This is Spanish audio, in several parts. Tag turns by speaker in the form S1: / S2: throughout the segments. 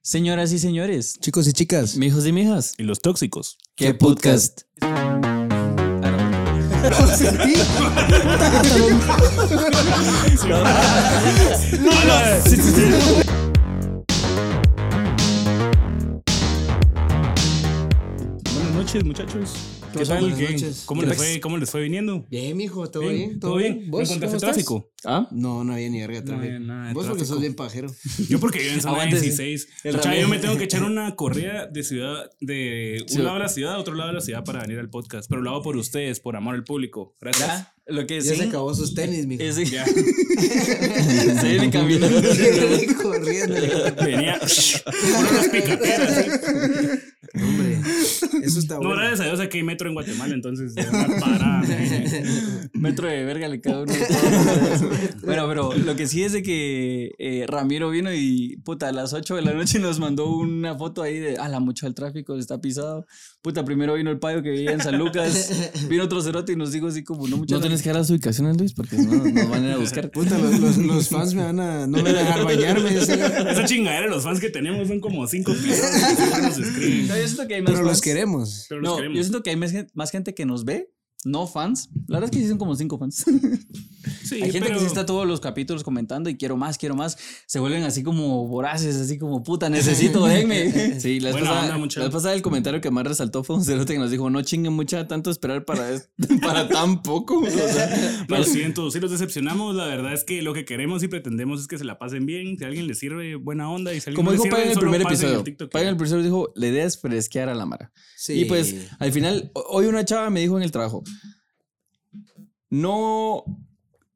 S1: Señoras y señores,
S2: Chicos y chicas,
S1: mijos y mijas,
S3: Y los tóxicos.
S1: ¿qué podcast? Ah,
S3: Buenas noches, muchachos. ¿Qué
S2: tal?
S3: tal?
S2: Buenas
S3: ¿Qué-
S2: noches.
S3: ¿Cómo,
S2: ¿Qué
S3: les
S2: tal?
S3: fue, ¿Cómo les fue viniendo?
S2: Bien, mijo, todo
S3: Bien,
S2: bien,
S3: ¿Todo bien?
S2: ¿Vos
S3: ¿No encontraste
S2: cómo estás?
S3: tráfico?
S1: ¿Ah?
S2: No, no había ni verga de
S3: No había
S2: tráfico.
S3: nada de
S2: Vos porque
S3: tráfico.
S2: sos bien pajero.
S3: Yo porque vivo en zona
S1: Aguántese.
S3: 16.
S1: El
S3: Chá,
S1: Ramiro.
S3: yo me tengo que echar una correa de ciudad, de un lado de la ciudad a otro lado de la ciudad para venir al podcast. Pero lo hago por ustedes, por amor al público. Gracias.
S1: Ya, lo que
S2: Ya
S1: sí,
S2: se acabó sus tenis, mijo.
S1: ese-
S3: Ya.
S1: se viene caminando.
S2: Viene corriendo.
S3: Venía. Con unas picateras. ¿eh?
S2: Hombre, eso está
S3: No,
S2: bueno.
S3: gracias a Dios aquí hay metro en Guatemala, entonces de una parada. ¿eh?
S1: Metro de verga le cada uno. de todos. bueno, pero lo que sí es de que eh, Ramiro vino y puta, a las 8 de la noche nos mandó una foto ahí de, ala, mucho el tráfico, está pisado. Puta, primero vino el payo que vivía en San Lucas, vino otro cerote y nos dijo así como, no mucho.
S4: No tenés que dar las ubicaciones, Luis, porque si no nos van a ir a buscar.
S2: Puta, los, los, los fans me van a. No me van a dejar bañarme. ese-
S3: Esa chingadera, los fans que tenemos son como cinco personas que siempre nos escriben.
S1: No, yo siento que hay más
S2: Pero los
S1: fans.
S2: queremos.
S3: Pero los
S1: No,
S3: queremos.
S1: yo siento que hay más gen- más gente que nos ve. No fans. La verdad es que sí son como cinco fans.
S3: Sí,
S1: Hay gente
S3: pero-
S1: que sí está todos los capítulos comentando y quiero más, quiero más. Se vuelven así como voraces, así como puta, necesito, denme.
S4: Sí, la vez
S3: Buena
S4: pasada-
S3: onda, mucha.
S4: la vez pasada el comentario que más resaltó fue un cerote que nos dijo, no chinguen mucha, tanto esperar para, es- para tan poco. O sea,
S3: Lo siento, si los decepcionamos, la verdad es que lo que queremos y pretendemos es que se la pasen bien, si a alguien le sirve buena onda y si a alguien
S4: como
S3: no le sirve,
S4: dijo Pay en el
S3: solo
S4: primer
S3: pasen
S4: episodio,
S3: el TikTok.
S4: Pay en el primer episodio dijo, la idea es fresquear a la mara.
S2: Sí.
S4: Y pues al final, ho- hoy una chava me dijo en el trabajo, no,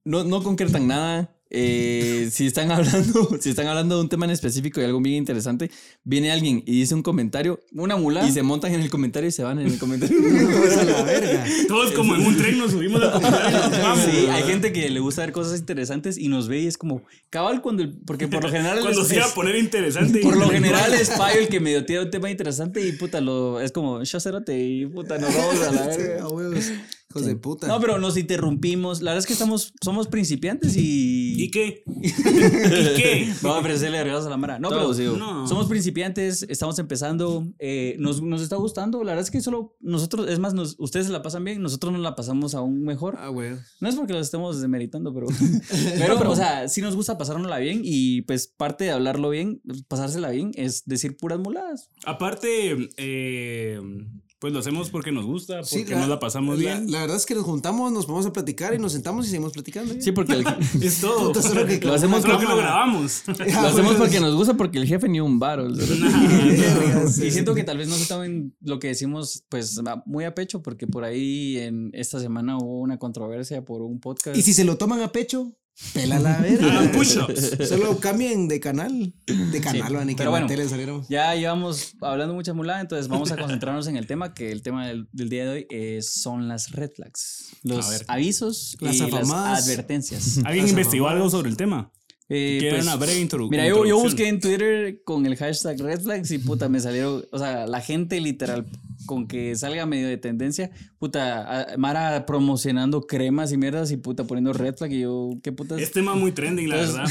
S4: no, no concretan nada. eh, si están hablando, si están hablando de un tema en específico y algo bien interesante, viene alguien y dice un comentario
S1: Una mula.
S4: y se montan en el comentario y se van en el comentario.
S2: Vamos a la verga.
S3: Todos como en un tren nos subimos a comprar y nos vamos.
S1: Sí, hay gente que le gusta ver cosas interesantes y nos ve y es como cabal cuando el- porque por lo general
S3: Cuando
S1: es-
S3: se iba a
S1: es-
S3: poner interesante.
S1: pues, por lo
S3: intelectual.
S1: general es Payo el que medio tira un tema interesante y puta lo es como yo cerote y puta nos vamos a la verga.
S2: A huevos. Hijos de puta.
S1: No, pero nos interrumpimos. La verdad es que estamos somos principiantes y
S3: ¿Y qué? ¿Y qué?
S1: Vamos a ofrecerle regalos a la mara. No, pero
S4: Todos, digo.
S3: No.
S1: somos principiantes, estamos empezando, eh, nos, nos está gustando. La verdad es que solo nosotros, es más, nos- ustedes se la pasan bien, nosotros nos la pasamos aún mejor.
S2: Ah, huevos.
S1: No es porque los estemos demeritando, pero, pero, o sea, sí nos gusta pasárnosla bien y pues parte de hablarlo bien, pues, pasársela bien, es decir puras muladas.
S3: Aparte, eh, pues lo hacemos porque nos gusta, porque
S2: Sí,
S3: nos la pasamos
S2: la-
S3: bien.
S2: La verdad es que nos juntamos, nos vamos a platicar y nos sentamos y seguimos platicando. ya.
S4: Sí, porque el-
S3: Es todo.
S2: Puta, solo que
S4: lo hacemos,
S3: Solo que
S4: porque-
S3: lo grabamos.
S2: Ah,
S4: lo hacemos
S2: huevos.
S4: porque nos gusta, porque el jefe ni un varo.
S2: Verga, sí.
S1: Y siento que tal vez no se tomen lo que decimos pues a- muy a pecho porque por ahí en esta semana hubo una controversia por un podcast.
S2: Y si se lo toman a pecho, pela la
S1: Ah,
S3: Hagan
S2: verga.
S3: push-ups.
S2: Solo cambien de canal. De canal, van y que
S1: pero bueno.
S2: la tele salieron.
S1: Ya llevamos hablando mucha mulada, entonces vamos a concentrarnos en el tema, que el tema del, del día de hoy es- son las red flags,
S3: A
S1: los
S3: ver.
S1: avisos
S2: Las
S1: y
S2: afamadas.
S1: las advertencias.
S3: ¿Alguien investigó algo sobre el tema?
S1: Eh,
S3: ¿Quieren
S1: pues,
S3: una breve introdu-
S1: mira, yo, yo
S3: introducción?
S1: busqué en Twitter con el hashtag red flags y puta, me salieron, o sea, la gente literal con que salga medio de tendencia, puta, a- Mara promocionando cremas y mierdas y puta poniendo red flag y yo, ¿qué putas?
S3: Es tema muy trending, la verdad.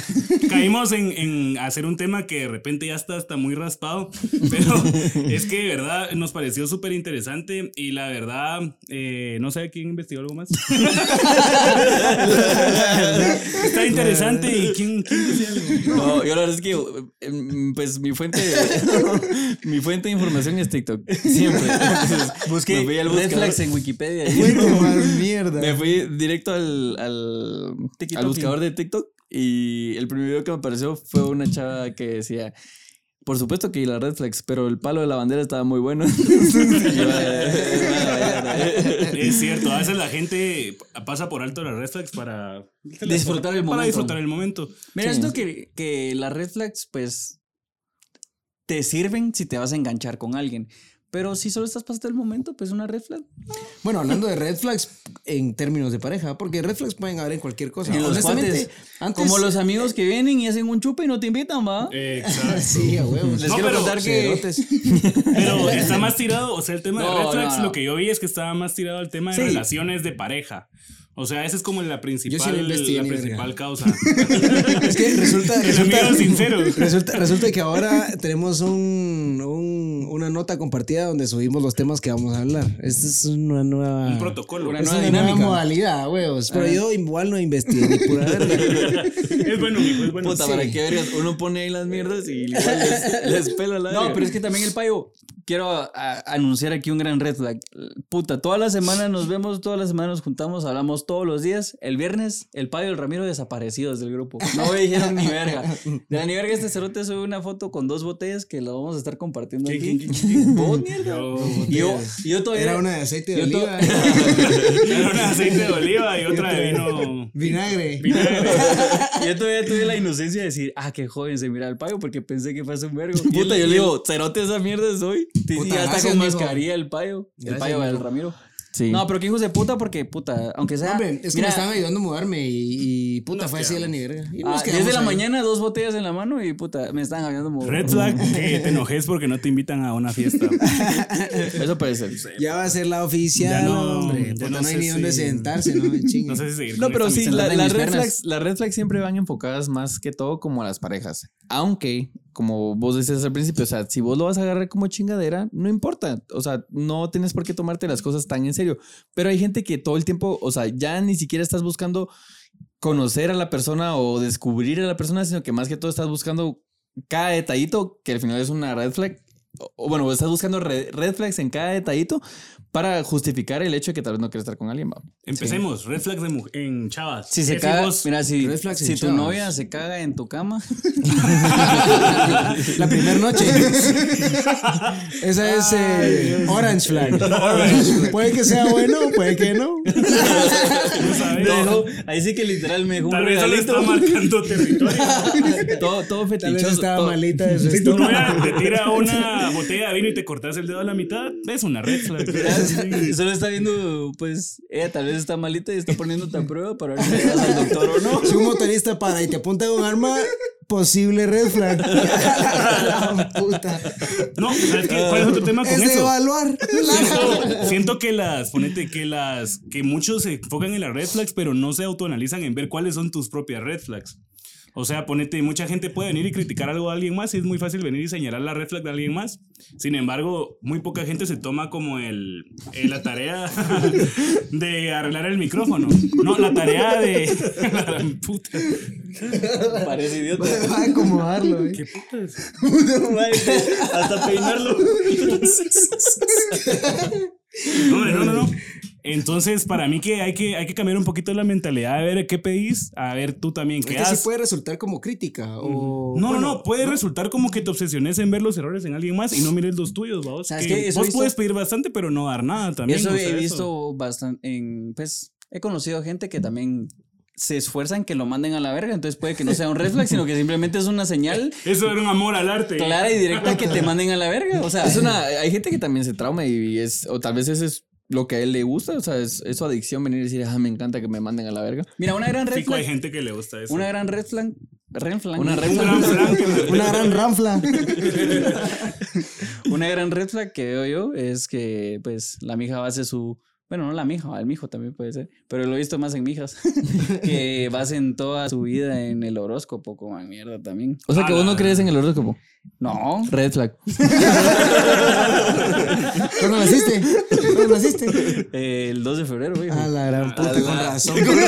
S3: Caímos en, en hacer un tema que de repente ya está hasta muy raspado, pero es que de verdad nos pareció súper interesante y la verdad, eh, no sé quién investigó algo más. está interesante y quién, quién decía algo.
S4: No, yo la verdad es que,
S1: em,
S4: eh, pues mi fuente, mi fuente de información es TikTok. Siempre. Entonces,
S1: Busqué
S4: me fui al
S1: red
S4: buscador.
S1: flags en Wikipedia.
S2: Cuento más mierda.
S4: Me fui directo al, al,
S1: Tiki-toki.
S4: al buscador de TikTok y el primer video que me apareció fue una chava que decía, por supuesto que la red flags, pero el palo de la bandera estaba muy bueno. Y yo, eh,
S3: Es cierto, a veces la gente pasa por alto las red flags para
S1: Disfrutar el
S3: Para
S1: momento.
S3: disfrutar el momento.
S1: Mira,
S4: Sí.
S1: esto que, que las red flags, pues, te sirven si te vas a enganchar con alguien. Pero si solo estás pasando el momento, pues una red flag.
S2: Bueno, hablando de red flags en términos de pareja, porque red flags pueden haber en cualquier cosa.
S1: Y los
S2: Honestamente,
S1: cuates,
S2: antes.
S1: Como los amigos que vienen y hacen un chupe y no te invitan, ¿va?
S3: Exacto.
S2: Sí, a huevos.
S1: Les
S3: No,
S1: quiero
S3: pero-
S1: contar que...
S2: Cerotes.
S3: Pero está más tirado, o sea, el tema
S1: No,
S3: de red flags,
S1: no, no.
S3: lo que yo vi es que estaba más tirado al tema de
S1: Sí.
S3: relaciones de pareja. O sea, esa es como la principal,
S2: Yo sí lo investigué,
S3: la
S2: ni
S3: principal
S2: verga.
S3: causa.
S2: Es que resulta,
S3: El
S2: resulta,
S3: amigo sincero.
S2: resulta, resulta que ahora tenemos un, un- una nota compartida donde subimos los temas que vamos a hablar. Esta es una nueva.
S3: Un protocolo.
S1: Una
S2: es
S1: nueva
S2: una
S1: dinámica.
S2: nueva modalidad, huevos. Pero yo igual no investigué ni pura verga.
S3: es bueno, mijo, es bueno.
S4: Puta,
S3: Sí.
S4: para qué vergas. Uno pone ahí las mierdas y igual les, les pela la
S1: No,
S4: verga.
S1: pero es que también el payo. Quiero a- a- anunciar aquí un gran red flag. Puta, toda la semana nos vemos, toda la semana nos juntamos, hablamos todos los días. El viernes, el payo y el Ramiro desaparecidos del grupo. No me dijeron ni verga. De la ni verga, este cerote sube una foto con dos botellas que la vamos a estar compartiendo
S3: ¿Quién,
S1: aquí.
S3: quién, quién, quién?
S1: Vos, mierda.
S3: Yo,
S1: Y Yo, y yo todavía.
S2: Era una de aceite de
S1: Yo to-
S2: oliva,
S3: era un aceite de oliva y otra de vino.
S2: vinagre.
S3: vinagre.
S1: Yo todavía tuve la inocencia de decir, ah, qué joven se mira el payo porque pensé que fue hace un vergo. Y
S4: Puta,
S1: el- y
S4: yo le
S1: el-
S4: digo, cerote esa mierda soy.
S1: Sí, sí, ya
S2: Puta,
S1: está
S2: gracias,
S1: con
S2: mijo.
S1: mascarilla el payo. el
S2: Gracias,
S1: payo del
S2: mijo.
S1: Ramiro.
S4: Sí.
S1: No, pero que hijos de puta, porque puta, aunque sea.
S2: Hombre, es que
S1: mira,
S2: me estaban ayudando a mudarme y, y puta, fue así de la ni verga. Y nos
S1: ah,
S2: quedamos
S1: desde la
S2: ahí.
S1: mañana, dos botellas en la mano y puta, me están hablando como.
S3: Red flag que te enojes porque no te invitan a una fiesta.
S4: Eso puede ser.
S2: Ya va a ser la oficial,
S3: Ya no,
S2: hombre.
S3: ya
S2: Puta,
S3: no
S2: no, hay
S3: sé
S2: ni dónde
S3: si-
S2: sentarse, no me chinguen.
S3: No sé si seguir.
S4: No,
S3: con
S4: pero
S3: esta
S4: sí,
S3: amistad.
S4: la-
S2: mis
S4: las red,
S2: piernas.
S4: flags, las red flags siempre van enfocadas más que todo como a las parejas. Aunque, como vos decías al principio, o sea, si vos lo vas a agarrar como chingadera, no importa. O sea, no tienes por qué tomarte las cosas tan en serio. Pero hay gente que todo el tiempo, o sea, ya ni siquiera estás buscando conocer a la persona o descubrir a la persona, sino que más que todo estás buscando cada detallito, que al final es una red flag. O- O bueno, estás buscando re- red flags en cada detallito para justificar el hecho de que tal vez no quieres estar con alguien. ¿va?
S3: Empecemos. Red flag de mu- en chavas.
S1: Si se
S3: ¿Qué
S1: caga.
S3: vos-
S1: Mira, si,
S2: Red flags
S1: si
S2: en
S1: tu
S2: chavos.
S1: novia se caga en tu cama.
S2: La primera noche. Esa es eh, Orange Flag. puede que sea bueno, puede que no.
S3: ¿Tú sabes?
S1: me dejó- ahí sí que literal me dejó un
S3: Tal vez solo
S1: regalito.
S3: está marcando territorio.
S4: todo, todo
S2: Tal vez
S4: fetichoso.
S2: estaba
S4: todo-
S2: malita de su
S3: Si tu
S2: estómago.
S3: novia te tira una botella de vino y te cortas el dedo a la mitad, es una red flag.
S1: Mira, Solo está viendo, pues, ella tal vez está malita y está poniéndote a prueba para ver si le das al doctor o no.
S2: Si un motorista para y te apunta con arma, posible red flag. La puta.
S3: No, ¿sabes qué? ¿Cuál es otro tema
S2: Es
S3: con
S2: de
S3: eso?
S2: evaluar.
S3: Siento, siento que las, ponete que las, que muchos se enfocan en las red flags, pero no se autoanalizan en ver cuáles son tus propias red flags. O sea, ponete, mucha gente puede venir y criticar algo a alguien más y es muy fácil venir y señalar la red flag de alguien más. Sin embargo, muy poca gente se toma como el, eh, la tarea de arreglar el micrófono. No, la tarea de... la gran puta.
S1: Parece idiota.
S2: Va a acomodarlo. eh.
S1: Hasta peinarlo.
S3: No, hombre, no, no, no. Entonces, para mí que hay que, hay que cambiar un poquito la mentalidad, a ver qué pedís, a ver tú también
S2: Es
S3: qué
S2: que sí
S3: haces.
S2: puede resultar como crítica. O,
S3: No,
S2: bueno,
S3: no, no, puede resultar como que te obsesiones en ver los errores en alguien más y no mires los tuyos, vamos.
S1: ¿Sabes
S3: Que
S1: qué? Eso
S3: vos
S1: he visto-
S3: puedes pedir bastante, pero no dar nada también.
S1: Eso
S3: o sea,
S1: he visto bastante en, pues, he conocido gente que también se esfuerzan que lo manden a la verga, entonces puede que no sea un red flag, sino que simplemente es una señal
S3: Eso era un amor al arte.
S1: clara y directa que te manden a la verga, o sea,
S4: Es una, hay gente que también se trauma y es, o tal vez eso es lo que a él le gusta, o sea, es, es su adicción venir y decir, ah, me encanta que me manden a la verga.
S1: mira, una gran red
S3: Fico, hay
S1: flag,
S3: gente que le gusta eso.
S1: una gran red flag, red flag,
S4: Una red
S3: Un gran flan que me-
S2: Una gran ranfla.
S1: una gran red flag que veo yo es que, pues, la mija hace su. Bueno, no la mija, el mijo también puede ser, pero lo he visto más en mijas, que basen toda su vida en el horóscopo, como en mierda también.
S4: O sea, que
S3: Ah,
S4: vos
S3: la-
S4: no crees en el horóscopo.
S1: No,
S4: Red flag.
S2: ¿Cuándo naciste? ¿Cuándo naciste?
S1: eh, el 2 de febrero, güey.
S2: A la gran puta,
S4: la-
S2: con razón.
S1: Acuario,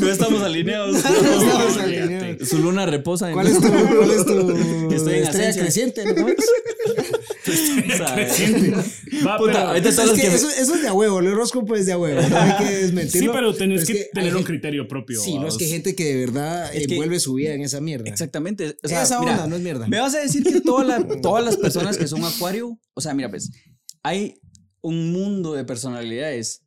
S1: no estamos alineados.
S2: Estamos
S3: fíjate.
S2: alineados.
S4: Su luna reposa en...
S2: ¿Cuál es tu, cuál es tu
S1: Estoy en
S2: estrella
S1: ascenso.
S2: creciente? ¿no?
S3: Creciente. Va,
S4: Puta,
S3: pero-
S4: ahorita
S2: Es
S4: todos los
S2: que
S4: que...
S2: eso, eso es de a huevo, el horóscopo es de a huevo, no hay que
S3: Sí,
S2: desmentirlo.
S3: pero tenés
S2: es
S3: que,
S2: hay
S3: tener un
S2: gente-
S3: criterio propio.
S2: Sí, no es
S3: vamos.
S2: que hay gente que de verdad
S1: Es que-
S2: envuelve su vida en esa mierda.
S1: Exactamente. O sea,
S2: Eh, Esa
S1: mira,
S2: onda, no es mierda.
S1: Me vas a decir que toda la- todas las personas que son acuario, o sea, mira, pues, hay un mundo de personalidades.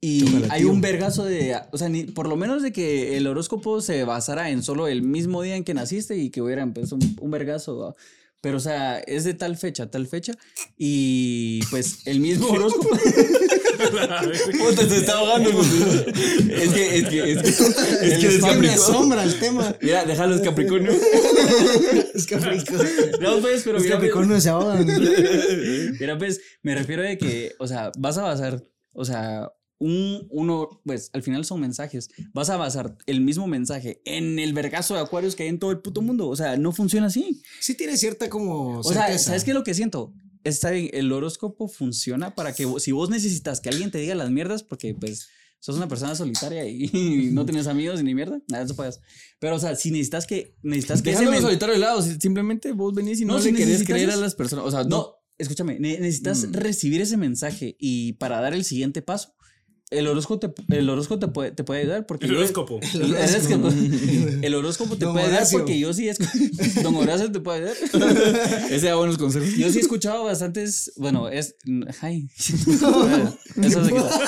S1: Y
S2: Ojalá,
S1: hay
S2: tío.
S1: un vergazo de. O sea, ni- por lo menos de que el horóscopo se basara en solo el mismo día en que naciste y que hubiera pues, un, un vergazo. ¿va? Pero, o sea, es de tal fecha, tal fecha. Y pues el mismo horóscopo. Puta, se está ahogando.
S4: Es que, es que, es que...
S2: Es que
S4: es
S2: me
S4: Capricornio.
S2: asombra el tema.
S4: Mira, déjalo, es Capricornio.
S2: Es Capricornio.
S1: No, pues, pero mira,
S2: Los
S1: pues,
S2: Capricornios se ahogan.
S1: Mira, pues, me refiero de que, o sea, vas a basar, o sea, un, uno, pues al final son mensajes. Vas a basar el mismo mensaje en el vergazo de acuarios que hay en todo el puto mundo. O sea, no funciona así.
S2: Sí tiene cierta como
S1: O sea,
S2: certeza.
S1: ¿sabes qué es lo que siento? Está bien, el horóscopo funciona para que vos- si vos necesitas que alguien te diga las mierdas, porque pues sos una persona solitaria y, no tenés amigos ni mierda, nada, eso pagas. Pero o sea, si necesitas que necesitas que ese
S4: Déjalo
S1: men-
S4: solitario de lado. si- Simplemente vos venís y no,
S1: No,
S4: le
S1: si
S4: querés
S1: necesitas
S4: creer a
S1: eso.
S4: las personas. O sea, no.
S1: no, escúchame, ne- necesitas
S4: Mm.
S1: recibir ese mensaje y para dar el siguiente paso, el horóscopo te, el horóscopo te, puede, te puede ayudar porque
S3: El
S1: yo-
S3: horóscopo.
S1: El horóscopo, el horóscopo te
S2: Don
S1: puede ayudar
S2: Horacio.
S1: porque yo sí, escu- don Horacio te puede ayudar.
S4: Ese da buenos consejos.
S1: Yo sí he escuchado bastantes. Bueno, es. Ay. Eso se quita.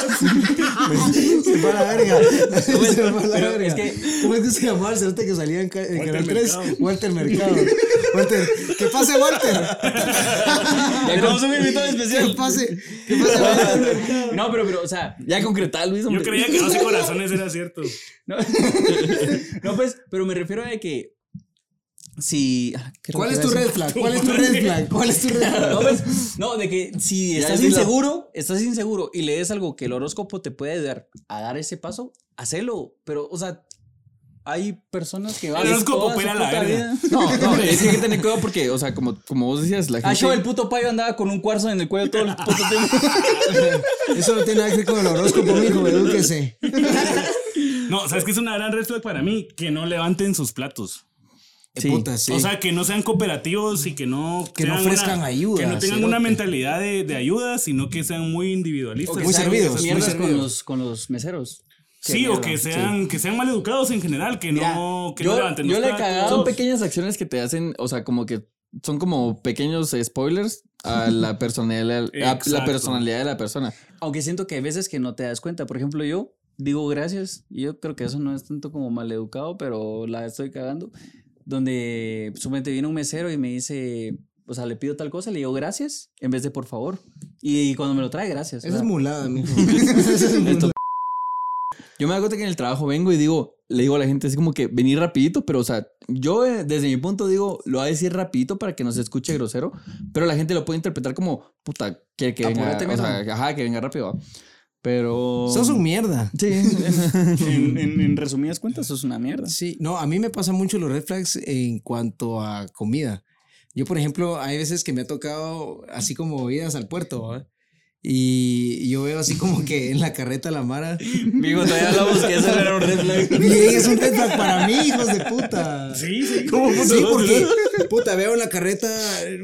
S2: Se fue a la verga. Se fue a la
S1: pero
S2: verga.
S1: es que-
S2: ¿Cómo es que se llamaba el cerote que salía en, ca- en
S3: Walter
S2: Canal 3?
S3: Mercado.
S2: Walter Mercado. Walter, ¿qué pase, Walter?
S1: Tenemos un invitado
S2: ¿Qué
S1: especial.
S2: pase?
S1: Pues,
S2: ¿Qué pase, Walter Mercado?
S1: No, pero, pero, o sea.
S4: Ya concretá, Luis.
S3: Yo
S4: hombre.
S3: creía que 12 corazones era cierto.
S1: No, No, pues, pero me refiero a que. Si. ah, ¿qué era lo
S2: ¿Cuál
S1: que
S2: es
S1: iba
S2: tu
S1: a decir?
S2: red flag? ¿Cuál es tu red flag? ¿Cuál es tu red flag?
S1: No, pues, no, de que si
S4: Ya
S1: estás
S4: es de la-
S1: inseguro, estás inseguro y lees algo que el horóscopo te puede ayudar a dar ese paso, hacelo. Pero, o sea, hay personas que van
S3: horóscopo
S1: toda su
S3: opera la
S1: puta
S3: verga.
S1: vida.
S4: No, no, es que hay que tener cuidado porque, o sea, como, como vos decías, la
S1: Ah, yo el
S4: gente.
S1: puto payo andaba con un cuarzo en el cuello todo el puto tiempo.
S2: Eso no tiene nada que ver con el horóscopo, mijo, edúquese.
S3: No, sabes que es una gran red flag para mí que no levanten sus platos.
S4: Sí.
S2: Eh, Puta, sí.
S3: O sea, que no sean cooperativos y que no
S2: Que no
S3: sean
S2: ofrezcan ayuda,
S3: Que no tengan
S2: cerote.
S3: una mentalidad de, de ayuda, sino que sean muy individualistas.
S2: O que Muy sean servidos,
S1: Mierdas
S2: muy
S1: con
S2: servidos.
S1: los, con los meseros.
S3: Sí, o que sean, que sean mal educados en general, que
S1: Mira,
S3: no, que
S1: yo-
S3: no levanten
S1: yo
S3: los
S1: le he
S3: platos.
S1: cagado
S4: Son pequeñas acciones que te hacen, o sea, como que son como pequeños spoilers a la personalidad, a la
S3: Exacto.
S4: personalidad de la persona.
S1: Aunque siento que hay veces que no te das cuenta. Por ejemplo, yo digo gracias. y Yo creo que eso no es tanto como maleducado, pero la estoy cagando. Donde supuestamente viene un mesero y me dice, o sea, le pido tal cosa, le digo gracias en vez de por favor. Y, cuando me lo trae, gracias. o
S2: Eso es
S1: sea,
S2: mulada, mijo. Eso es mulada.
S4: Yo me doy cuenta que en el trabajo vengo y digo, le digo a la gente así como que venir rapidito, pero o sea, yo eh, desde mi punto digo, lo voy a decir rapidito para que no se escuche grosero, pero la gente lo puede interpretar como, puta, que, que venga,
S1: Apúrate,
S4: o sea,
S1: mierda.
S4: ajá, que venga rápido. va. Pero...
S2: Sos un mierda.
S4: Sí.
S1: en, en- en resumidas cuentas, eso es una mierda.
S2: Sí, no, a mí me pasa mucho los red flags en cuanto a comida. Yo, por ejemplo, hay veces que me ha tocado así como idas al puerto, ¿va? Y yo veo así como que en la carreta la Mara.
S1: Amigo, todavía hablamos que eso era un red flag.
S2: Bien, es un red flag para mí, hijos de puta.
S3: Sí, sí.
S2: Sí, porque puta, veo en la carreta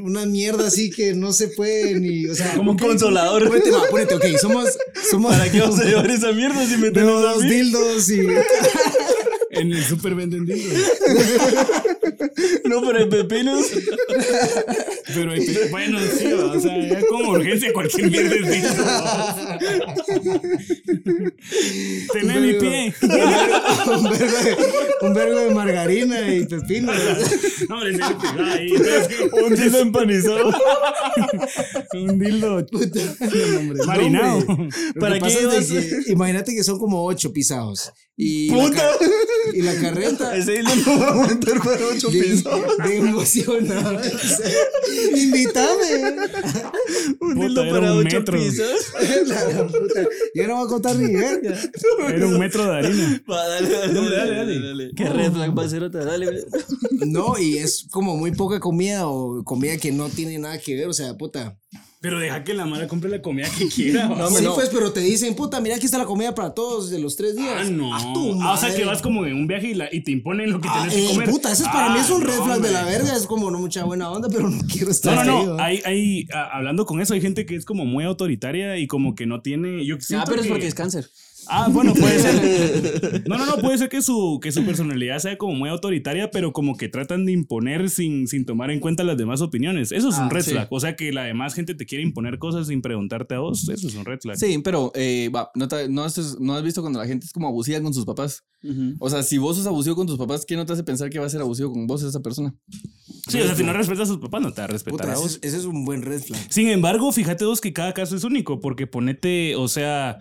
S2: una mierda así que no se puede ni. O sea,
S1: Como un consolador.
S2: Ponete, va, ponete, ok, somos. somos
S1: ¿Para qué vas a llevar esa mierda si me
S2: Veo
S1: tenés a
S2: dos
S1: mí?
S2: dildos y.
S3: En el súper venden dildos.
S1: No, pero el pepinos.
S3: Pero hay pe- bueno, sí, o sea, ya con urgencia cualquier mierda es dildo. Tené mi pie.
S2: Un vergo, un vergo de, un vergo de margarina y pepino.
S3: No, hombre, sí, ahí.
S2: Pues,
S3: ¿sabes qué?
S1: Un dildo empanizado.
S3: Un dildo
S2: Puta, no, hombre,
S3: marinado.
S2: no, hombre. Lo
S1: ¿Para
S2: que
S1: qué
S2: pasa es de
S1: ibas?
S2: que- imagínate que son como ocho pisados. Y la
S1: ¡Puta!
S2: ca- y la carreta.
S1: Ese dildo no va a montar para ocho
S2: Bien,
S1: pisos.
S2: bien emocionado. Invítame.
S1: Un
S3: Puta,
S1: dildo
S3: era
S1: para
S3: un
S1: ocho
S3: metro.
S1: pisos.
S2: La gran puta. Yo no voy a contar ni verga.
S3: Era un metro de harina.
S1: Va, dale, dale,
S3: Dale,
S1: dale,
S3: dale,
S1: dale,
S3: dale.
S1: Qué red flag pacerota, dale.
S2: No, y es como muy poca comida o comida que no tiene nada que ver. O sea, puta.
S3: Pero deja que la mara compre la comida que quiera.
S2: No, sí, pues, pero te dicen, puta, mira, aquí está la comida para todos de los tres días.
S3: Ah, no.
S2: A tu
S3: Ah, o sea, que
S2: madre.
S3: vas como en un viaje y, la- y te imponen lo que
S2: Ah,
S3: tienes
S2: eh,
S3: que comer.
S2: puta, eso es para mí es un
S3: Ah,
S2: red
S3: no,
S2: flag de la
S3: hombre.
S2: verga. Es como no mucha buena onda, pero no quiero estar
S3: No, no,
S2: ahí,
S3: no.
S2: ¿va?
S3: Hay, hay, a- hablando con eso, hay gente que es como muy autoritaria y como que no tiene. Yo
S1: Ah,
S3: siento
S1: pero es
S3: que-
S1: porque es cáncer.
S3: Ah, bueno, puede ser. No, no, no, puede ser que su, que su personalidad sea como muy autoritaria, pero como que tratan de imponer sin, sin tomar en cuenta las demás opiniones. Eso es un
S4: Ah,
S3: red
S4: sí.
S3: flag. O sea, que la demás gente te quiere imponer cosas sin preguntarte a vos. Eso es un red flag.
S4: Sí, pero eh, va, ¿no, te- no has, no has visto cuando la gente es como abusiva con sus papás. O sea, si vos sos abusivo con tus papás, ¿qué no te hace pensar que va a ser abusivo con vos esa persona?
S3: Sí, o sea, si no respetas a sus papás, no te va a respetar
S2: Puta,
S3: a
S2: ese
S3: vos.
S2: es, ese es un buen red flag.
S3: Sin embargo, fíjate vos que cada caso es único, porque ponete, o sea,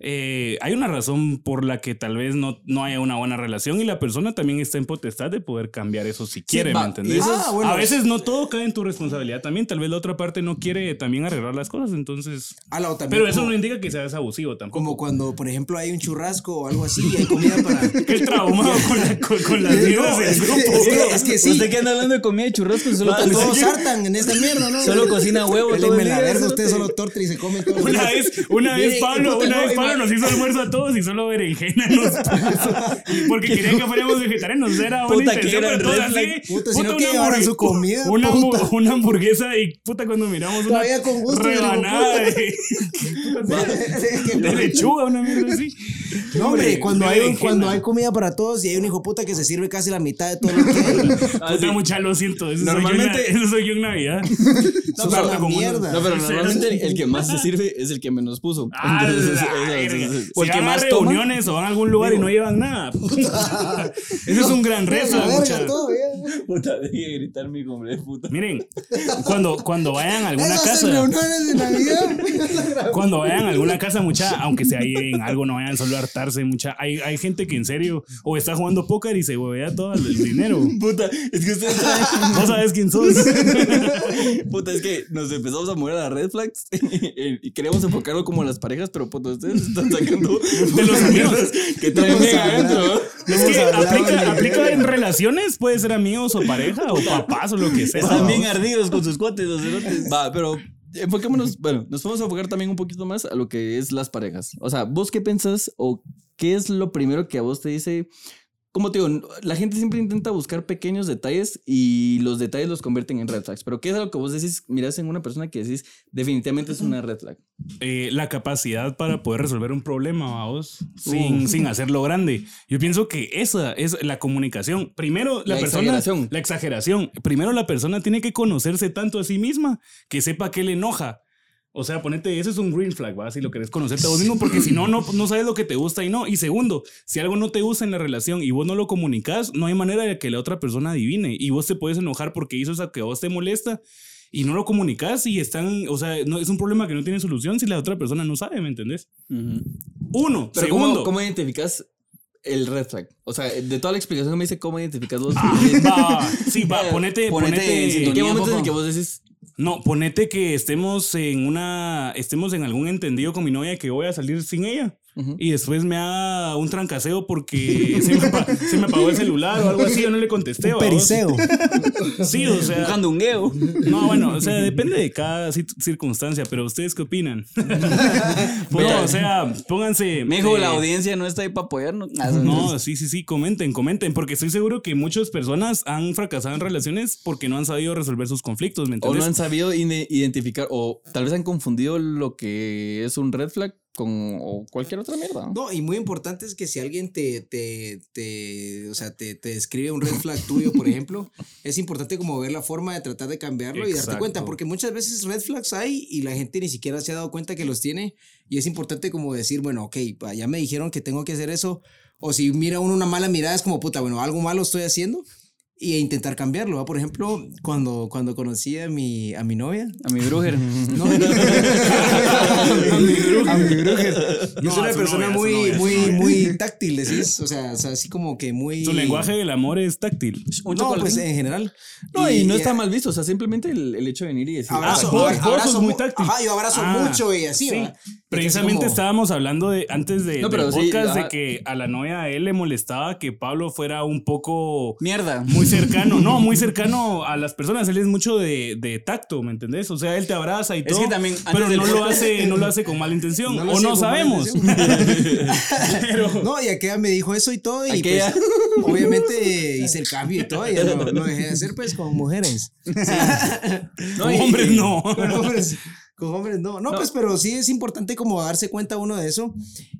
S3: eh, hay una razón por la que tal vez no, no haya una buena relación y la persona también está en potestad de poder cambiar eso si quiere,
S2: va,
S3: ¿me entendés?
S2: y eso es- Ah, bueno.
S3: a veces no todo cae en tu responsabilidad también, tal vez la otra parte no quiere también arreglar las cosas, entonces...
S2: A la, o Ah, también
S3: Pero eso
S2: como-
S3: no indica que seas abusivo tampoco.
S2: Como cuando, por ejemplo, hay un churrasco o algo así y hay comida para...
S3: Qué traumado con, la- con- con las mierdas del
S2: es, que,
S3: grupo.
S2: es que- es que sí,
S1: Usted que anda hablando Pues, de comida y churrascos, solo,
S2: todos
S1: solo-
S2: hartan en esta mierda, ¿no?
S1: solo cocina huevo
S2: Dale,
S1: todo
S2: me
S1: el
S2: la
S1: día,
S2: verga,
S1: solo-
S2: usted solo torta y se come todo.
S3: Una vez, una vez
S2: Mire,
S3: Pablo,
S2: puta,
S3: una
S2: no,
S3: vez Pablo
S2: ima-
S3: nos hizo almuerzo a todos y solo berenjena nos puso. Porque quería que fuéramos vegetarianos. Era una
S1: Puta, que
S3: intención
S1: gran
S3: para todos
S1: red
S3: así.
S1: flag.
S2: Puta, si no,
S3: una
S2: que llevaran
S3: hamburg-
S2: su comida,
S3: Una,
S2: puta.
S3: hambu- una hamburguesa y puta cuando miramos una
S2: Todavía con gusto,
S3: rebanada
S2: pero,
S3: de,
S2: Es que-
S3: de lechuga, una mierda así.
S2: No, hombre, cuando hay, un-
S3: berenjena. Ah,
S2: cuando hay comida para todos y hay un hijo puta que se sirve casi la mitad de todo lo que hay.
S3: Puta, mucha, lo siento. Eso
S1: Normalmente-
S3: Soy yo, en- eso soy yo en Navidad.
S2: No, pero la
S3: como uno-
S2: mierda.
S1: No, pero normalmente el que más se sirve es el que menos puso.
S3: Ah,
S1: Entonces,
S3: la
S1: es- es-
S3: verga.
S1: es- es-
S3: Si
S1: porque
S3: van a
S1: más toma.
S3: reuniones o van a algún lugar y no llevan nada. Ese es un gran reto.
S2: La verga,
S3: mucha-
S2: todo, ya.
S1: Puta, deje de gritar mi hombre de puta.
S3: Miren, cuando, cuando vayan a alguna
S2: Esas son
S3: casa,
S2: reuniones de Navidad.
S3: cuando vayan a alguna casa, mucha, aunque sea ahí en algo, no vayan solo a hartarse, mucha. Hay, hay gente que en serio o está jugando póker y se huevea todo el dinero.
S1: Puta, es que ustedes saben-
S3: No sabes quién sos.
S1: Puta, es que nos empezamos a mover a las red flags y queríamos enfocarlo como a las parejas, pero puta, ustedes están sacando de
S3: los amigos.
S1: que traen
S2: Vamos a
S1: mega
S2: hablar.
S1: adentro.
S3: Es que aplica, aplica en relaciones, puede ser amigos o pareja o papás o lo que sea.
S1: Están bien ardidos con sus cuates, los cerotes. Va, pero enfoquémonos, bueno, nos vamos a enfocar también un poquito más a lo que es las parejas. O sea, ¿vos qué pensás o qué es lo primero que a vos te dice? Como te digo, la gente siempre intenta buscar pequeños detalles y los detalles los convierten en red flags. Pero ¿qué es algo que vos decís, mirás en una persona que decís, definitivamente es una red flag?
S3: eh, la capacidad para poder resolver un problema, vamos, sin, sin hacerlo grande. Yo pienso que esa es la comunicación. Primero, la,
S1: La
S3: persona.
S1: exageración.
S3: La exageración. Primero, la persona tiene que conocerse tanto a sí misma que sepa qué le enoja. O sea, ponete, ese es un green flag, ¿va? Si lo querés conocerte a vos mismo, porque si no, no, no sabes lo que te gusta y no. Y segundo, si algo no te gusta en la relación y vos no lo comunicas, no hay manera de que la otra persona adivine. Y vos te puedes enojar porque hizo eso que a vos te molesta y no lo comunicas y están, o sea, no, es un problema que no tiene solución si la otra persona no sabe, ¿me entendés? Uno,
S1: Pero
S3: segundo.
S1: ¿cómo, ¿cómo identificas el red flag? O sea, de toda la explicación que me dice, ¿cómo identificas vos?
S3: Ah, Va, sí, va,
S1: Ponete
S3: ponete,
S1: en
S3: ponete,
S1: sintonía, ¿Qué momento en
S2: poco.
S1: el que vos decís,
S3: No, ponete que estemos en una, estemos en algún entendido con mi novia que voy a salir sin ella. Y después me haga un trancaseo porque se me, apa- se me apagó el celular o algo así, yo no le contesté. ¿va vos?
S2: Periceo.
S3: Sí, o sea.
S1: un jandungueo?
S3: No, bueno, o sea, depende de cada cir- circunstancia, pero ¿ustedes qué opinan? no, o sea, pónganse.
S1: Me dijo,
S3: eh,
S1: la audiencia no está ahí para apoyarnos.
S3: No, sí, sí, sí, comenten, comenten, porque estoy seguro que muchas personas han fracasado en relaciones porque no han sabido resolver sus conflictos,
S1: O
S3: ¿me
S1: no
S3: entiendes?
S1: han sabido ine- identificar, o tal vez han confundido lo que es un red flag con o cualquier otra mierda.
S2: No, y muy importante es que si alguien te, te, te- o sea, te, te describe un red flag tuyo, por ejemplo, es importante como ver la forma de tratar de cambiarlo y darte
S3: Exacto.
S2: cuenta, porque muchas veces red flags hay y la gente ni siquiera se ha dado cuenta que los tiene y es importante como decir, bueno, ok, pa, ya me dijeron que tengo que hacer eso, o si mira uno una mala mirada es como, puta, bueno, algo malo estoy haciendo. Y e intentar cambiarlo. ¿va? Por ejemplo, cuando, cuando conocí a mi, a mi novia,
S1: A mi brujer.
S2: no. a mi brujer.
S3: No,
S2: Yo soy
S3: a
S2: una
S3: su
S2: persona
S3: novia, a su
S2: muy,
S3: novia, a su
S2: muy,
S3: novia.
S2: muy táctil, decís. O sea, o sea, así como que muy.
S3: Su lenguaje del amor es táctil.
S1: Un
S2: No,
S1: chocolatín.
S2: pues en general.
S1: No, y, no está mal visto, o sea, simplemente el, el hecho de venir y decir.
S2: eh, Abrazo,
S3: Ah, vos-
S2: abrazo,
S3: vos sos muy
S2: mu-
S3: táctil.
S2: Ajá, yo abrazo
S3: Ah,
S2: mucho y así, ¿verdad?
S3: Precisamente
S2: Entonces, como-
S3: estábamos hablando de antes de,
S1: No, pero
S3: del
S1: sí,
S3: podcast de
S1: ajá.
S3: que a la novia de él le molestaba que Pablo fuera un poco
S1: Mierda.
S3: muy cercano, no, muy cercano a las personas. Él es mucho de, de tacto, ¿me entendés? O sea, él te abraza y
S1: Es
S3: todo.
S1: que también antes
S3: pero
S1: del
S3: no lo,
S1: podcast-
S3: hace, no lo hace con mala intención.
S2: No lo
S3: o
S2: hace
S3: no
S2: con mala
S3: sabemos.
S2: No, y aquella me dijo eso y todo. Y pues,
S1: Aquella.
S2: obviamente hice el cambio y todo. Y ya lo, lo dejé de hacer, pues, con mujeres.
S3: Como hombres, no.
S2: Con hombres, con hombres no. no. pues, pero sí es importante como darse cuenta uno de eso.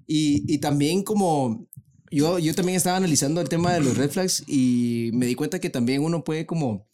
S2: Y, y también como yo, yo también estaba analizando el tema de los red flags y me di cuenta que también uno puede como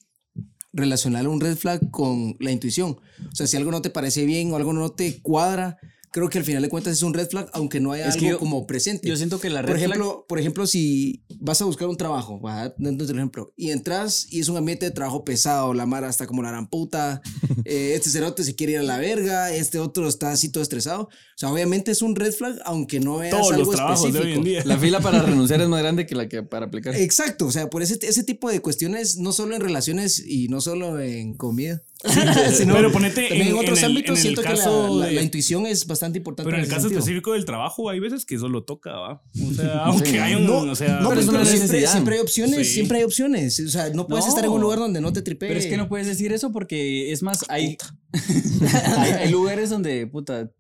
S2: relacionar un red flag con la intuición. O sea, si algo no te parece bien o algo no te cuadra, creo que al final de cuentas es un red flag, aunque no haya
S1: Es que
S2: algo
S1: yo-
S2: como presente.
S1: Yo siento que la red
S2: por
S1: flag-
S2: ejemplo, por ejemplo, si vas a buscar un trabajo, va, dándote el ejemplo, y entras y es un ambiente de trabajo pesado, la mara está como la gran puta, eh, este cerote se quiere ir a la verga, este otro está así todo estresado. O sea, obviamente es un red flag, aunque no veas
S3: Todos
S2: algo
S3: los trabajos
S2: específico.
S3: de hoy en día.
S4: La fila para renunciar es más grande que la que para aplicar.
S2: Exacto, o sea, por ese, ese tipo de cuestiones, no solo en relaciones y no solo en comida, sino
S3: pero ponete
S2: también
S3: en-
S2: en
S3: en
S2: otros
S3: el-
S2: ámbitos,
S3: en el
S2: siento que la,
S3: caso
S2: la-
S3: de-
S2: la intuición es bastante importante.
S3: Pero en el
S2: ese
S3: caso
S2: sentido.
S3: específico del trabajo, hay veces que eso lo toca, ¿va? O sea, aunque hay un. o sea,
S2: No,
S4: Pero
S2: pero,
S4: es una
S2: siempre,
S4: necesidad.
S2: siempre hay opciones,
S3: Sí.
S2: siempre hay opciones. O sea, no puedes
S1: No.
S2: estar en un lugar donde no te tripees.
S1: Pero es que no puedes decir eso porque es más, hay, hay, hay lugares donde, puta,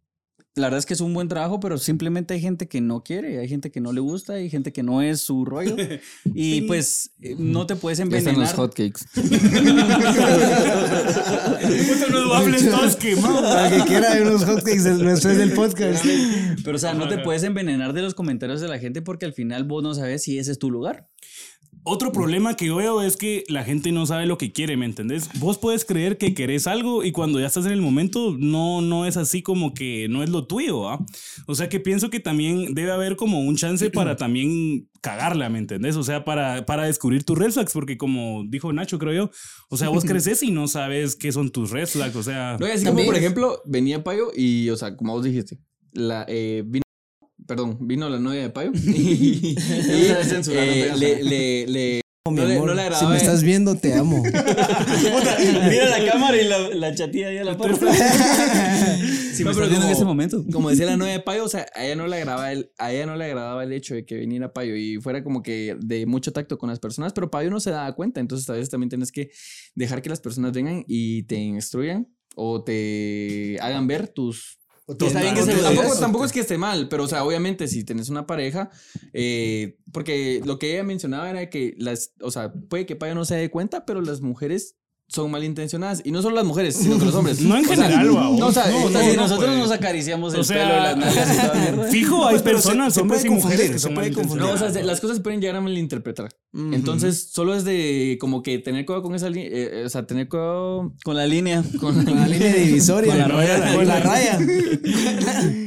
S1: la verdad es que es un buen trabajo, pero simplemente hay gente que no quiere, hay gente que no le gusta, hay gente que no es su rollo. Y pues eh, no te puedes
S4: Ya están los
S1: envenenar.
S4: hotcakes.
S3: Puta, unos waffles todos quemados.
S2: Para que quiera hay unos hotcakes después del podcast.
S1: Pero o sea, no te puedes envenenar de los comentarios de la gente porque al final vos no sabes si ese es tu lugar.
S3: Otro problema que yo veo es que la gente no sabe lo que quiere, ¿me entendés? Vos puedes creer que querés algo y cuando ya estás en el momento no, no es así como que no es lo tuyo, ¿va? O sea que pienso que también debe haber como un chance para también cagarla, ¿me entendés? O sea, para, para descubrir tus red flags, porque como dijo Nacho, creo yo, o sea, vos creces y no sabes qué son tus red flags, o sea...
S4: No, y así como,
S2: También-
S4: por ejemplo, venía Payo y, o sea, como vos dijiste, la, eh, vino, perdón, vino la novia de Payo y, y, eh, le, le, le- no, le, no le
S2: si
S4: agradaba.
S2: me estás viendo, te amo.
S1: Mira la cámara y la, chatilla ya la parte. Si me
S4: No, pero
S1: estás viendo en
S4: como-
S1: este momento.
S4: Como decía la novia de Payo, o sea, a ella no le agradaba el, a ella no le agradaba el hecho de que viniera Payo y fuera como que de mucho tacto con las personas, pero Payo no se daba cuenta, entonces a veces también tienes que dejar que las personas vengan y te instruyan o te hagan ver tus
S2: Tus
S4: Está bien que se
S2: valores.
S4: lo
S2: Tampoco-
S4: Tampoco, tampoco es que esté mal, pero o sea, obviamente si tenés una pareja, eh, porque lo que ella mencionaba era que las, o sea, puede que Payo no se dé cuenta, pero las mujeres son malintencionadas y no solo las mujeres, sino que los hombres.
S3: No en
S4: O sea,
S3: general, guau.
S4: No, o sea,
S3: No,
S4: o
S1: O sea, si
S3: no,
S4: sea,
S3: no pues,
S1: nosotros
S3: puede.
S1: nos acariciamos el
S3: O
S1: pelo,
S3: sea,
S1: las nalgas y toda mierda.
S3: fijo, hay
S2: Pues, pero se-
S3: personas,
S2: se
S3: hombres y
S2: puede
S3: mujeres
S2: confundir,
S3: que
S2: se
S3: son
S2: puede
S4: No, o sea,
S3: malintencionadas.
S4: se- las cosas se pueden llegar a malinterpretar. Entonces, solo es de como que tener cuidado con esa línea, eh, o sea, tener cuidado
S1: Con la línea.
S4: con
S2: Con la línea divisoria.
S3: Con la raya.
S2: Con la raya.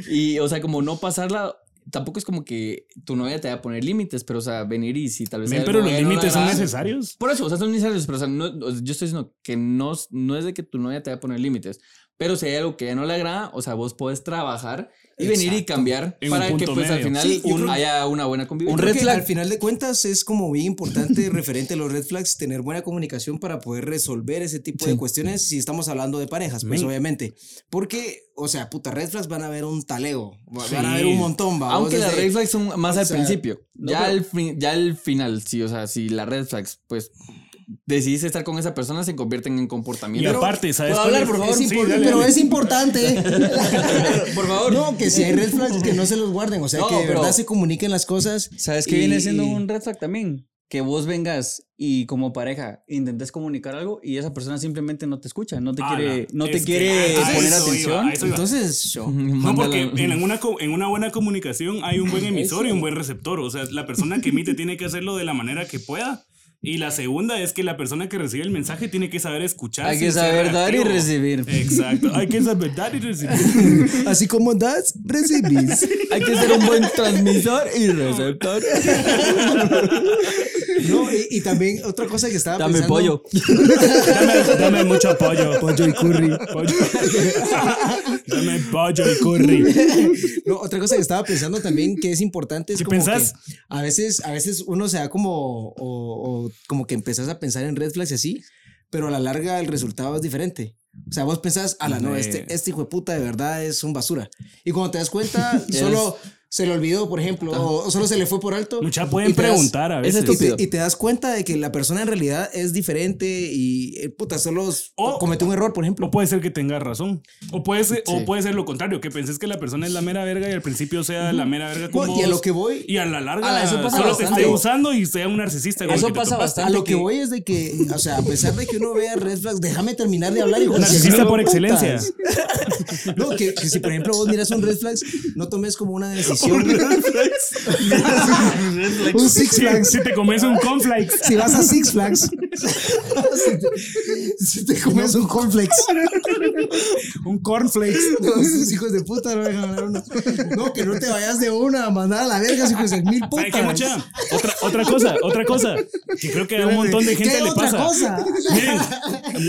S4: Y, o sea, como no pasarla. Tampoco es como que tu novia te va a poner límites, pero, o sea, venir y si tal vez.
S3: Men,
S4: hay
S3: pero
S4: algo
S3: los
S4: que no le
S3: límites son
S4: agrada.
S3: necesarios.
S4: Por eso, o sea, son necesarios, pero, o sea, no, o sea, yo estoy diciendo que no, no es de que tu novia te va a poner límites, pero si hay algo que ya no le agrada, o sea, vos podés trabajar y venir y cambiar
S3: En un
S4: para que,
S3: punto
S4: pues, al
S3: medio.
S4: final
S2: Sí, yo
S4: un-
S2: creo-
S4: haya una buena convivencia.
S2: Creo que Al final de cuentas es como bien importante referente a los red flags tener buena comunicación para poder resolver ese tipo de cuestiones si estamos hablando de parejas, pues
S3: Men.
S2: obviamente. Porque, o va- puta, red flags van a haber un taleo, va-
S3: Sí.
S2: van a haber un montón, va,
S4: Aunque
S2: vos
S4: las
S2: desde-
S4: red flags son más
S2: o
S4: al
S2: sea,
S4: principio.
S2: no,
S4: ya,
S2: pero-
S4: al fin- ya al final, sí, o sea, si las red flags, pues decidís estar con esa persona, se convierten en
S3: Y
S4: comportamiento.
S3: aparte, ¿sabes?
S2: ¿Puedo
S3: cuál
S2: hablar,
S3: es?
S2: por favor?
S3: Sí,
S2: Es impor-
S3: dale,
S2: pero
S3: dale.
S2: es importante.
S4: Por favor.
S2: No, que si hay red flags, que no se los guarden. O sea,
S4: No,
S2: que de
S4: pero-
S2: verdad se comuniquen las cosas.
S1: ¿Sabes qué
S2: y-
S1: viene siendo
S2: y-
S1: un red flag también? Que vos vengas y como pareja intentes comunicar algo y esa persona simplemente no te escucha, no te
S3: Ah,
S1: quiere, no
S3: no. Es
S1: te
S3: que-
S1: quiere
S3: ah,
S1: poner
S3: eso iba,
S1: atención.
S3: a eso iba.
S2: Entonces, yo.
S3: No, porque en una, co- en una buena comunicación hay un buen emisor y un buen receptor. O sea, la persona que emite tiene que hacerlo de la manera que pueda. Y la segunda es que la persona que recibe el mensaje tiene que saber escuchar.
S1: Hay
S3: sin
S1: que
S3: ser Eh.
S1: saber dar y
S3: reactivo.
S1: recibir.
S3: Exacto. Hay que saber dar y recibir.
S2: Así como das, recibís.
S4: Hay que ser un buen transmisor y receptor.
S2: No, y, y también otra cosa que estaba
S1: Dame
S2: pensando.
S1: pollo.
S3: dame, dame mucho pollo. Pollo y curry. dame pollo y curry.
S2: No, otra cosa que estaba pensando también que es importante es
S3: ¿Qué
S2: como
S3: pensás?
S2: que a veces, a veces uno se da como, o, o como que empezás a pensar en red flags y así, pero a la larga el resultado es diferente. O sea, vos pensás, a la no,
S3: Hombre.
S2: este, este hijo de puta de verdad es un basura. Y cuando te das cuenta, solo se le olvidó, por ejemplo, o, o solo se le fue por alto.
S3: Mucha
S2: y
S3: pueden
S2: te das-
S3: preguntar a veces.
S4: es
S2: Y
S4: estúpido.
S2: te, y te das cuenta de que la persona en realidad es diferente y eh, puta, solo s-
S3: O-
S2: cometió un error, por ejemplo.
S3: O puede ser que tenga razón. O puede ser,
S4: Sí.
S3: o puede ser lo contrario, que penses que la persona es la mera verga y al principio sea la mera verga como
S2: y a lo que voy-
S3: Y a la larga
S1: Ah, eso pasa
S3: solo te
S1: bastante.
S3: esté usando y sea un narcisista. con el
S1: Eso
S3: que te
S1: pasa
S3: topaste.
S1: bastante.
S2: A lo que
S1: que-
S2: voy es de que, o sea, a pesar de que uno vea red flags, déjame terminar de hablar. hijo de
S3: Narcisista
S2: su
S3: por
S2: putas.
S3: excelencia.
S2: No, que, que si por ejemplo vos miras un red flags, no tomes como una decisión. un six
S3: Si,
S2: flags.
S3: si te comes un conflict.
S2: Si vas a six flags, Si te comes un cornflakes.
S3: Un cornflakes.
S2: No, esos hijos de puta no dejan hablar uno. No, que no te vayas de una a mandar a la verga, hijos de mil
S3: ¿Sabe
S2: putas.
S3: qué, mucha? Otra, otra cosa, otra cosa. Que creo que a un montón de gente
S2: ¿Qué
S3: le
S2: otra
S3: pasa.
S2: cosa?
S3: Miren,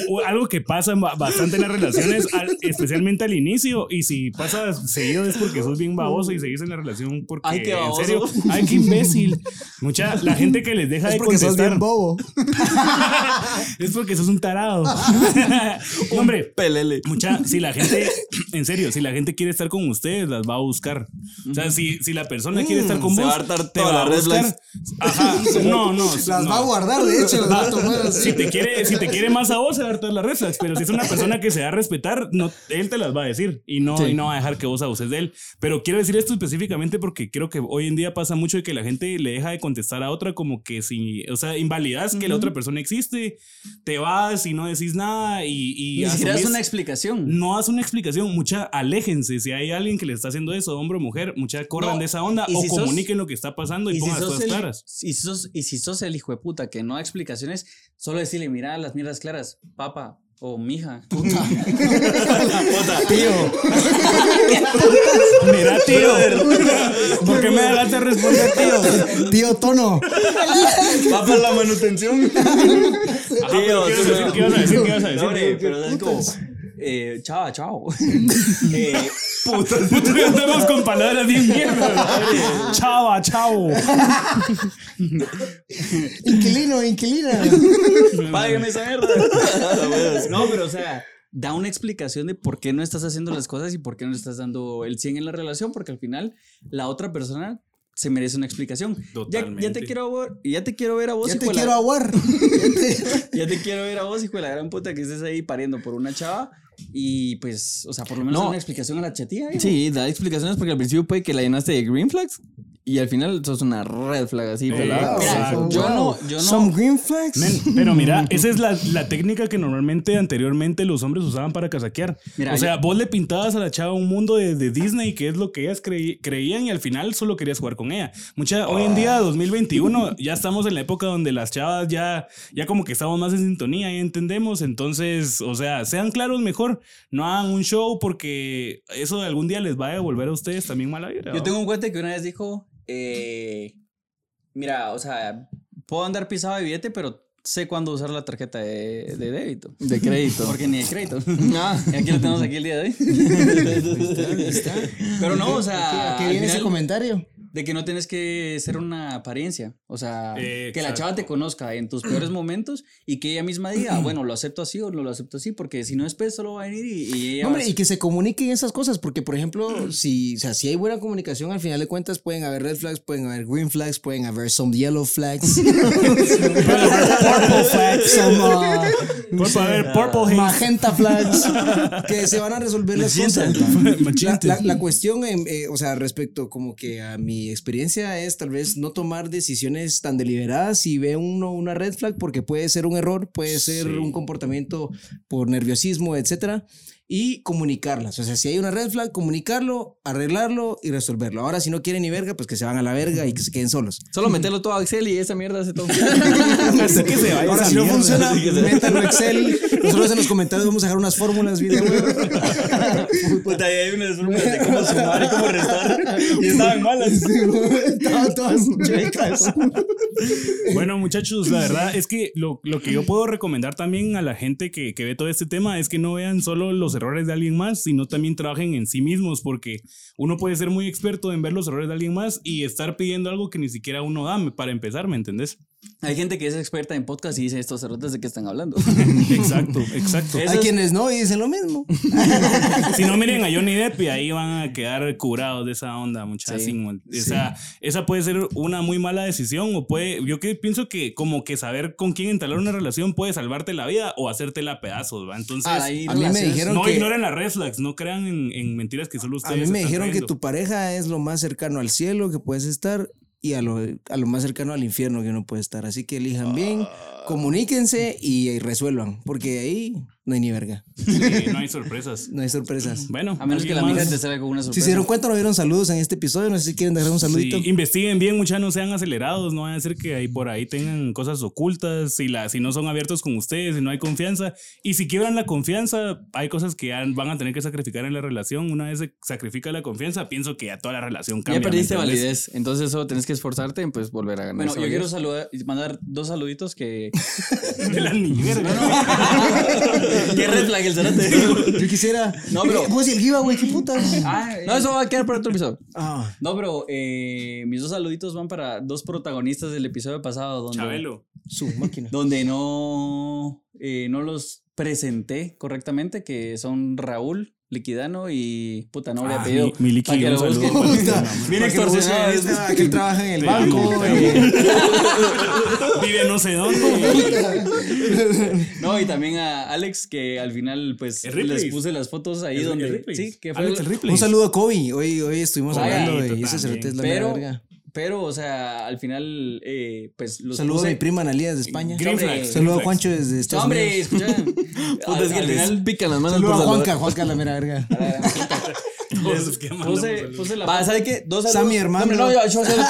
S3: u- algo que pasa ba- bastante en las relaciones, al- especialmente al inicio, y si pasa seguido es porque sos bien baboso y seguís en la relación porque
S1: Ay, qué
S3: en
S1: baboso.
S3: serio, ay qué imbécil. Mucha la gente que les deja
S2: Es
S3: de
S2: porque sos
S3: contestar
S2: bien bobo.
S3: es porque sos un tarado. No, Hombre,
S1: Pelele.
S3: Mucha, si la gente, en serio, si la gente quiere estar con ustedes, las va a buscar. O sea, si, si la persona quiere estar con
S1: Mm, se
S3: vos,
S1: va a hartar
S3: te
S1: todas
S3: va a
S1: las red
S3: buscar. Ajá, no, no.
S2: Las
S3: no.
S2: va a guardar, de hecho, las va a tomar así.
S3: Si te quiere, si te quiere más a vos, se va a dar todas las red flags, Pero si es una persona que se da a respetar, no, él te las va a decir y no,
S4: Sí.
S3: y no va a dejar que vos abuses de él. Pero quiero decir esto específicamente porque creo que hoy en día pasa mucho de que la gente le deja de contestar a otra como que si, o sea, invalidas que la otra persona existe, te vas y no decís nada y, y
S1: Ni siquiera es
S3: asumís-
S1: una explicación.
S3: no das una explicación, mucha, aléjense. Si hay alguien que le está haciendo eso, hombre o mujer, mucha, corran
S1: No,
S3: de esa onda
S1: y
S3: o
S1: si sos-
S3: comuniquen lo que está pasando y,
S1: Y si,
S3: pongan las
S1: sos
S3: cosas
S1: el,
S3: claras.
S1: y, sos, y si sos el hijo de puta que no da explicaciones, solo decirle, mira las mierdas claras, papa o mija.
S2: Tío,
S3: Mira, tío, ¿por qué me dejaste de responder, tío?
S2: tío Tono.
S1: Papa la manutención.
S3: Ajá, Ah, pero
S1: Tío,
S3: ¿qué ibas a
S1: sí,
S3: decir? ¿Qué ibas a decir? ¿Qué ibas a decir?
S1: No, hombre, pero es como, eh, chao, chao. eh,
S3: Puta, ya andamos con palabras bien mierda. Chava, chavo.
S2: Inquilino, inquilina.
S1: Págame esa mierda. no, pero o sea, da una explicación de por qué no estás haciendo las cosas y por qué no estás dando el 100 en la relación, porque al final la otra persona se merece una explicación. Ya, ya te
S3: Totalmente.
S1: quiero ver, ya te quiero ver a vos,
S2: Ya
S1: hijo
S2: te
S1: de la-
S2: quiero aguar.
S1: ya te quiero ver a vos, hijo de la gran puta que estés ahí pariendo por una chava y pues, o sea, por lo menos
S4: No.
S1: da una explicación a la chatía. hijo.
S4: Sí, da explicaciones porque al principio puede que la llenaste de green flags y al final sos una red flag así. pelada.
S2: Wow,
S1: Eh, mira,
S2: wow.
S1: yo no- yo no-
S2: Some green flags.
S3: Men, pero mira, esa es la, la técnica que normalmente anteriormente los hombres usaban para casaquear.
S1: Mira,
S3: o sea, vos le pintabas a la chava un mundo de, de Disney que es lo que ellas creí- creían y al final solo querías jugar con ella. Mucha, Hoy en día, 2021, ya estamos en la época donde las chavas ya, ya como que estamos más en sintonía y entendemos. Entonces, o sea, sean claros mejor, no hagan un show porque eso algún día les va a devolver a ustedes también mala vibra.
S1: Yo
S3: ¿no?
S1: tengo un cuate que una vez dijo, eh, mira, o sea, puedo andar pisado de billete, pero sé cuándo usar la tarjeta de, de débito.
S4: De crédito.
S1: Porque ni de crédito. Y aquí lo tenemos aquí el día de hoy. Pero no, o sea,
S2: ¿A qué
S1: al
S2: viene ese
S1: final,
S2: comentario?
S1: de que no tienes que ser una apariencia. O sea,
S3: Eh,
S1: que la
S3: exacto.
S1: chava te conozca en tus peores momentos y que ella misma diga, "Ah, bueno, lo acepto así o no lo acepto así, porque si no después solo va a venir y, y ella
S2: No,
S1: va
S2: hombre,
S1: a-
S2: y que se comuniquen esas cosas, porque por ejemplo, si, o sea, si hay buena comunicación, al final de cuentas pueden haber red flags, pueden haber green flags, pueden haber some yellow flags, purple flags, some ah,
S3: Por favor, Purple Haze.
S2: magenta flags, que se van a resolver las cosas. La, la- la cuestión, em, eh, o sea, respecto como que a mi experiencia es tal vez no tomar decisiones tan deliberadas si ve uno una red flag porque puede ser un error, puede ser
S3: Sí.
S2: un comportamiento por nerviosismo, etcétera, y comunicarlas. O sea, si hay una red flag, comunicarlo, arreglarlo y resolverlo. Ahora, si no quieren ni verga, pues que se van a la verga y que se queden solos.
S4: Solo meterlo todo a Excel y esa mierda hace todo.
S3: Así que se vaya
S2: Ahora,
S3: esa
S2: si no
S3: mierda.
S2: funciona,
S3: Así que se-
S2: métanlo a Excel. Nosotros en los comentarios vamos a dejar unas fórmulas bien de huevo.
S1: Puta, ahí hay unas formas de cómo sumar y cómo restar. Y estaban malas.
S2: Estaban todas chuecas.
S3: Bueno, muchachos, la verdad es que lo, lo que yo puedo recomendar también a la gente que, que ve todo este tema es que no vean solo los errores de alguien más, sino también trabajen en sí mismos, porque uno puede ser muy experto en ver los errores de alguien más y estar pidiendo algo que ni siquiera uno da me- para empezar, ¿me entendés?
S1: Hay gente que es experta en podcast y dice estos cerrotes de qué están hablando.
S3: Exacto, exacto.
S1: Eso
S2: Hay
S1: es-
S2: quienes no y dicen lo mismo.
S3: Si no miren a Johnny Depp y ahí van a quedar curados de esa onda, muchachos. Esa, esa puede ser una muy mala decisión o puede, yo que pienso que como que saber con quién entablar una relación puede salvarte la vida o hacértela a pedazos, ¿va? Entonces,
S1: Ah, ahí
S2: A mí me
S1: relaciones-
S2: dijeron
S3: no
S2: que
S3: ignoren las red flags, no crean en, en mentiras que solo
S2: a
S3: ustedes.
S2: mí me
S3: están
S2: dijeron que
S3: creyendo.
S2: tu pareja es lo más cercano al cielo que puedes estar y a lo, a lo más cercano al infierno que uno puede estar. Así que elijan bien, comuníquense y, y resuelvan, porque de ahí no hay ni verga,
S3: Sí, no hay sorpresas.
S2: no hay sorpresas.
S3: Bueno,
S1: A menos que la
S3: ¿alguien
S1: amiga
S3: más?
S1: te salga con una sorpresa.
S2: Si se dieron cuenta, no vieron saludos en este episodio, no sé si quieren dejar un saludito.
S3: Sí, investiguen bien, muchachos, no sean acelerados, no van a ser que ahí por ahí tengan cosas ocultas, si, la, si no son abiertos con ustedes, si no hay confianza, y si quiebran la confianza, hay cosas que ya van a tener que sacrificar en la relación, una vez se sacrifica la confianza, pienso que ya toda la relación cambia.
S4: Ya perdiste
S3: ¿me entiendes?
S4: validez, entonces solo tenés que esforzarte en pues volver a ganar.
S1: Bueno,
S4: esa
S1: yo quiero
S4: validez.
S1: saludar, mandar dos saluditos que.
S3: De la ni verga.
S1: ¡Qué red flag el zarate!
S2: Yo quisiera.
S1: No, pero-
S2: Eh, Vos y el giveaway, qué puta.
S1: Ah, eh,
S4: No, eso va a quedar para otro episodio.
S2: Ah,
S1: No, pero eh, mis dos saluditos van para dos protagonistas del episodio pasado donde,
S3: Chabelo.
S2: su máquina.
S1: donde no, eh, no los presenté correctamente, que son Raúl Liquidano y puta, no habría
S3: Ah,
S1: pedido.
S3: mi- mi Liqui,
S1: para que
S3: un
S1: lo
S3: saludo.
S1: busquen.
S3: Puta,
S1: Bien
S2: Para que lo busquen,
S1: extorsionado.
S2: ahí está, que él trabaja en el
S3: Te
S2: banco.
S3: amo, te
S2: eh,
S3: Vive no sé dónde.
S1: No, y también a Alex, que al final, pues,
S3: El Ripley's.
S1: les puse las fotos ahí
S3: El- el
S1: donde.
S3: Ripley's.
S1: sí, que fue.
S3: Alex, el Ripley's.
S2: Un saludo a Kobe. Hoy, hoy estuvimos
S1: Kobe,
S2: hablando
S3: tú
S2: de ese
S3: también.
S2: cerote es la mera
S1: pero,
S2: verga.
S1: pero, o sea, al final, eh, pues, los
S2: Saludos a
S1: puse-
S2: mi prima Analia de España.
S3: Green
S1: Hombre,
S3: flags,
S2: Saludos a
S3: green flags.
S2: Juancho desde
S1: No,
S2: Estados
S1: hombre,
S2: Unidos.
S1: escucha.
S4: Puta,
S1: al-
S4: es que
S1: al
S4: les
S1: final-
S4: pican las manos
S2: Saludos a
S4: por
S2: Juanca, Juanca es la mera verga.
S3: Esos que mandan
S1: Puse,
S3: saludos.
S1: puse la
S4: Va,
S1: foto.
S4: ¿sabe qué? Dos
S2: Sammy,
S4: saludos.
S2: hermano.
S4: No, hombre, no, yo- yo saludo.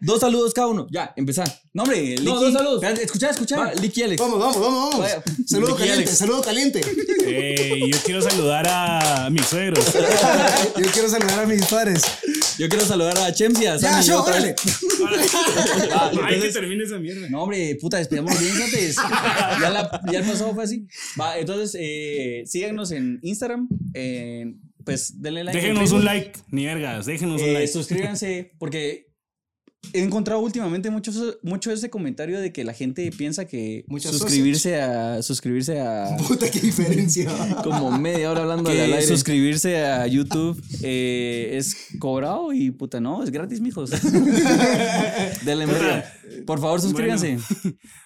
S4: Dos saludos cada uno. Ya, empezar.
S1: No, hombre, Licky.
S4: dos saludos.
S1: Espérate, Escucha, escucha.
S4: Va, Licky y Alex.
S2: Vamos, vamos, vamos, vamos.
S1: Vaya.
S2: Saludo
S1: Ricky
S2: caliente,
S1: Alex.
S2: saludo caliente.
S3: Eh, yo quiero saludar a mis suegros.
S2: Ah, Yo quiero saludar a mis padres.
S1: Yo quiero saludar a Chemsi, a
S2: Ya,
S1: Sammy. y
S2: yo,
S1: otra
S2: órale.
S1: vez. Ah,
S3: Ay, que
S1: entonces-
S3: termine esa mierda.
S1: No, hombre, puta, despidamos bien antes. ya, la- ya el pasado fue así. Va, entonces, eh, síganos en Instagram. eh, pues denle like.
S3: Déjenos
S1: en
S3: un
S1: Facebook,
S3: like, ni vergas, déjenos un
S1: eh,
S3: like.
S1: suscríbanse, porque he encontrado últimamente mucho, mucho ese comentario de que la gente piensa que
S2: Muchas
S1: suscribirse a. Suscribirse a.
S2: Puta, qué diferencia.
S4: Como media hora hablando de
S1: que
S4: al aire.
S1: suscribirse a YouTube eh, es cobrado y puta no, es gratis, mijos. Denle media. Por favor, suscríbanse.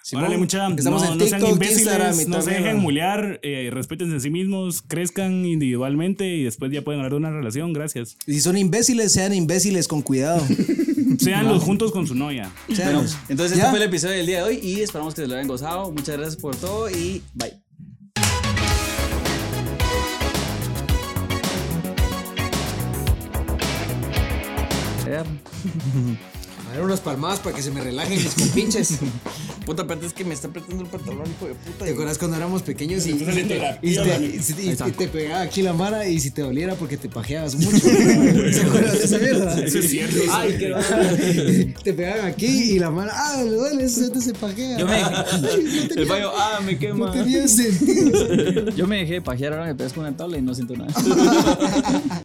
S2: Simón,
S3: Órale, mucha.
S2: Estamos
S3: no,
S2: en
S3: no sean
S2: TikTok, Instagram y
S3: imbéciles, no
S2: todo
S3: se
S2: mierda.
S3: dejen mulear, eh, respétense a sí mismos, crezcan individualmente y después ya pueden hablar de una relación. Gracias.
S2: Y Si son imbéciles, sean imbéciles con cuidado.
S3: Sean los juntos con su novia.
S2: Sean-
S1: Bueno, entonces
S2: ¿Ya?
S1: este fue el episodio del día de hoy y esperamos que se lo hayan gozado. Muchas gracias por todo y bye.
S2: A ver, unas palmadas para que se me relajen mis compinches.
S4: Puta, aparte es que me está apretando el pantalón, hijo de puta.
S2: ¿Te acuerdas cuando éramos pequeños y, y,
S3: Entonces,
S2: te,
S3: terapia,
S2: y te- y te pegaba aquí la mara y si te doliera porque te pajeabas mucho? ¿Te acuerdas de esa mierda?
S3: Eso es cierto.
S1: Ay, qué
S2: te pegaban aquí y la mara, ah, le duele, eso se te se pajea.
S1: Yo me
S2: Ay,
S1: dejé, el baño, ah, me
S2: no
S1: quema.
S2: tenía sentido.
S1: Yo me dejé de pajear ahora me pegas con una tabla y no siento nada.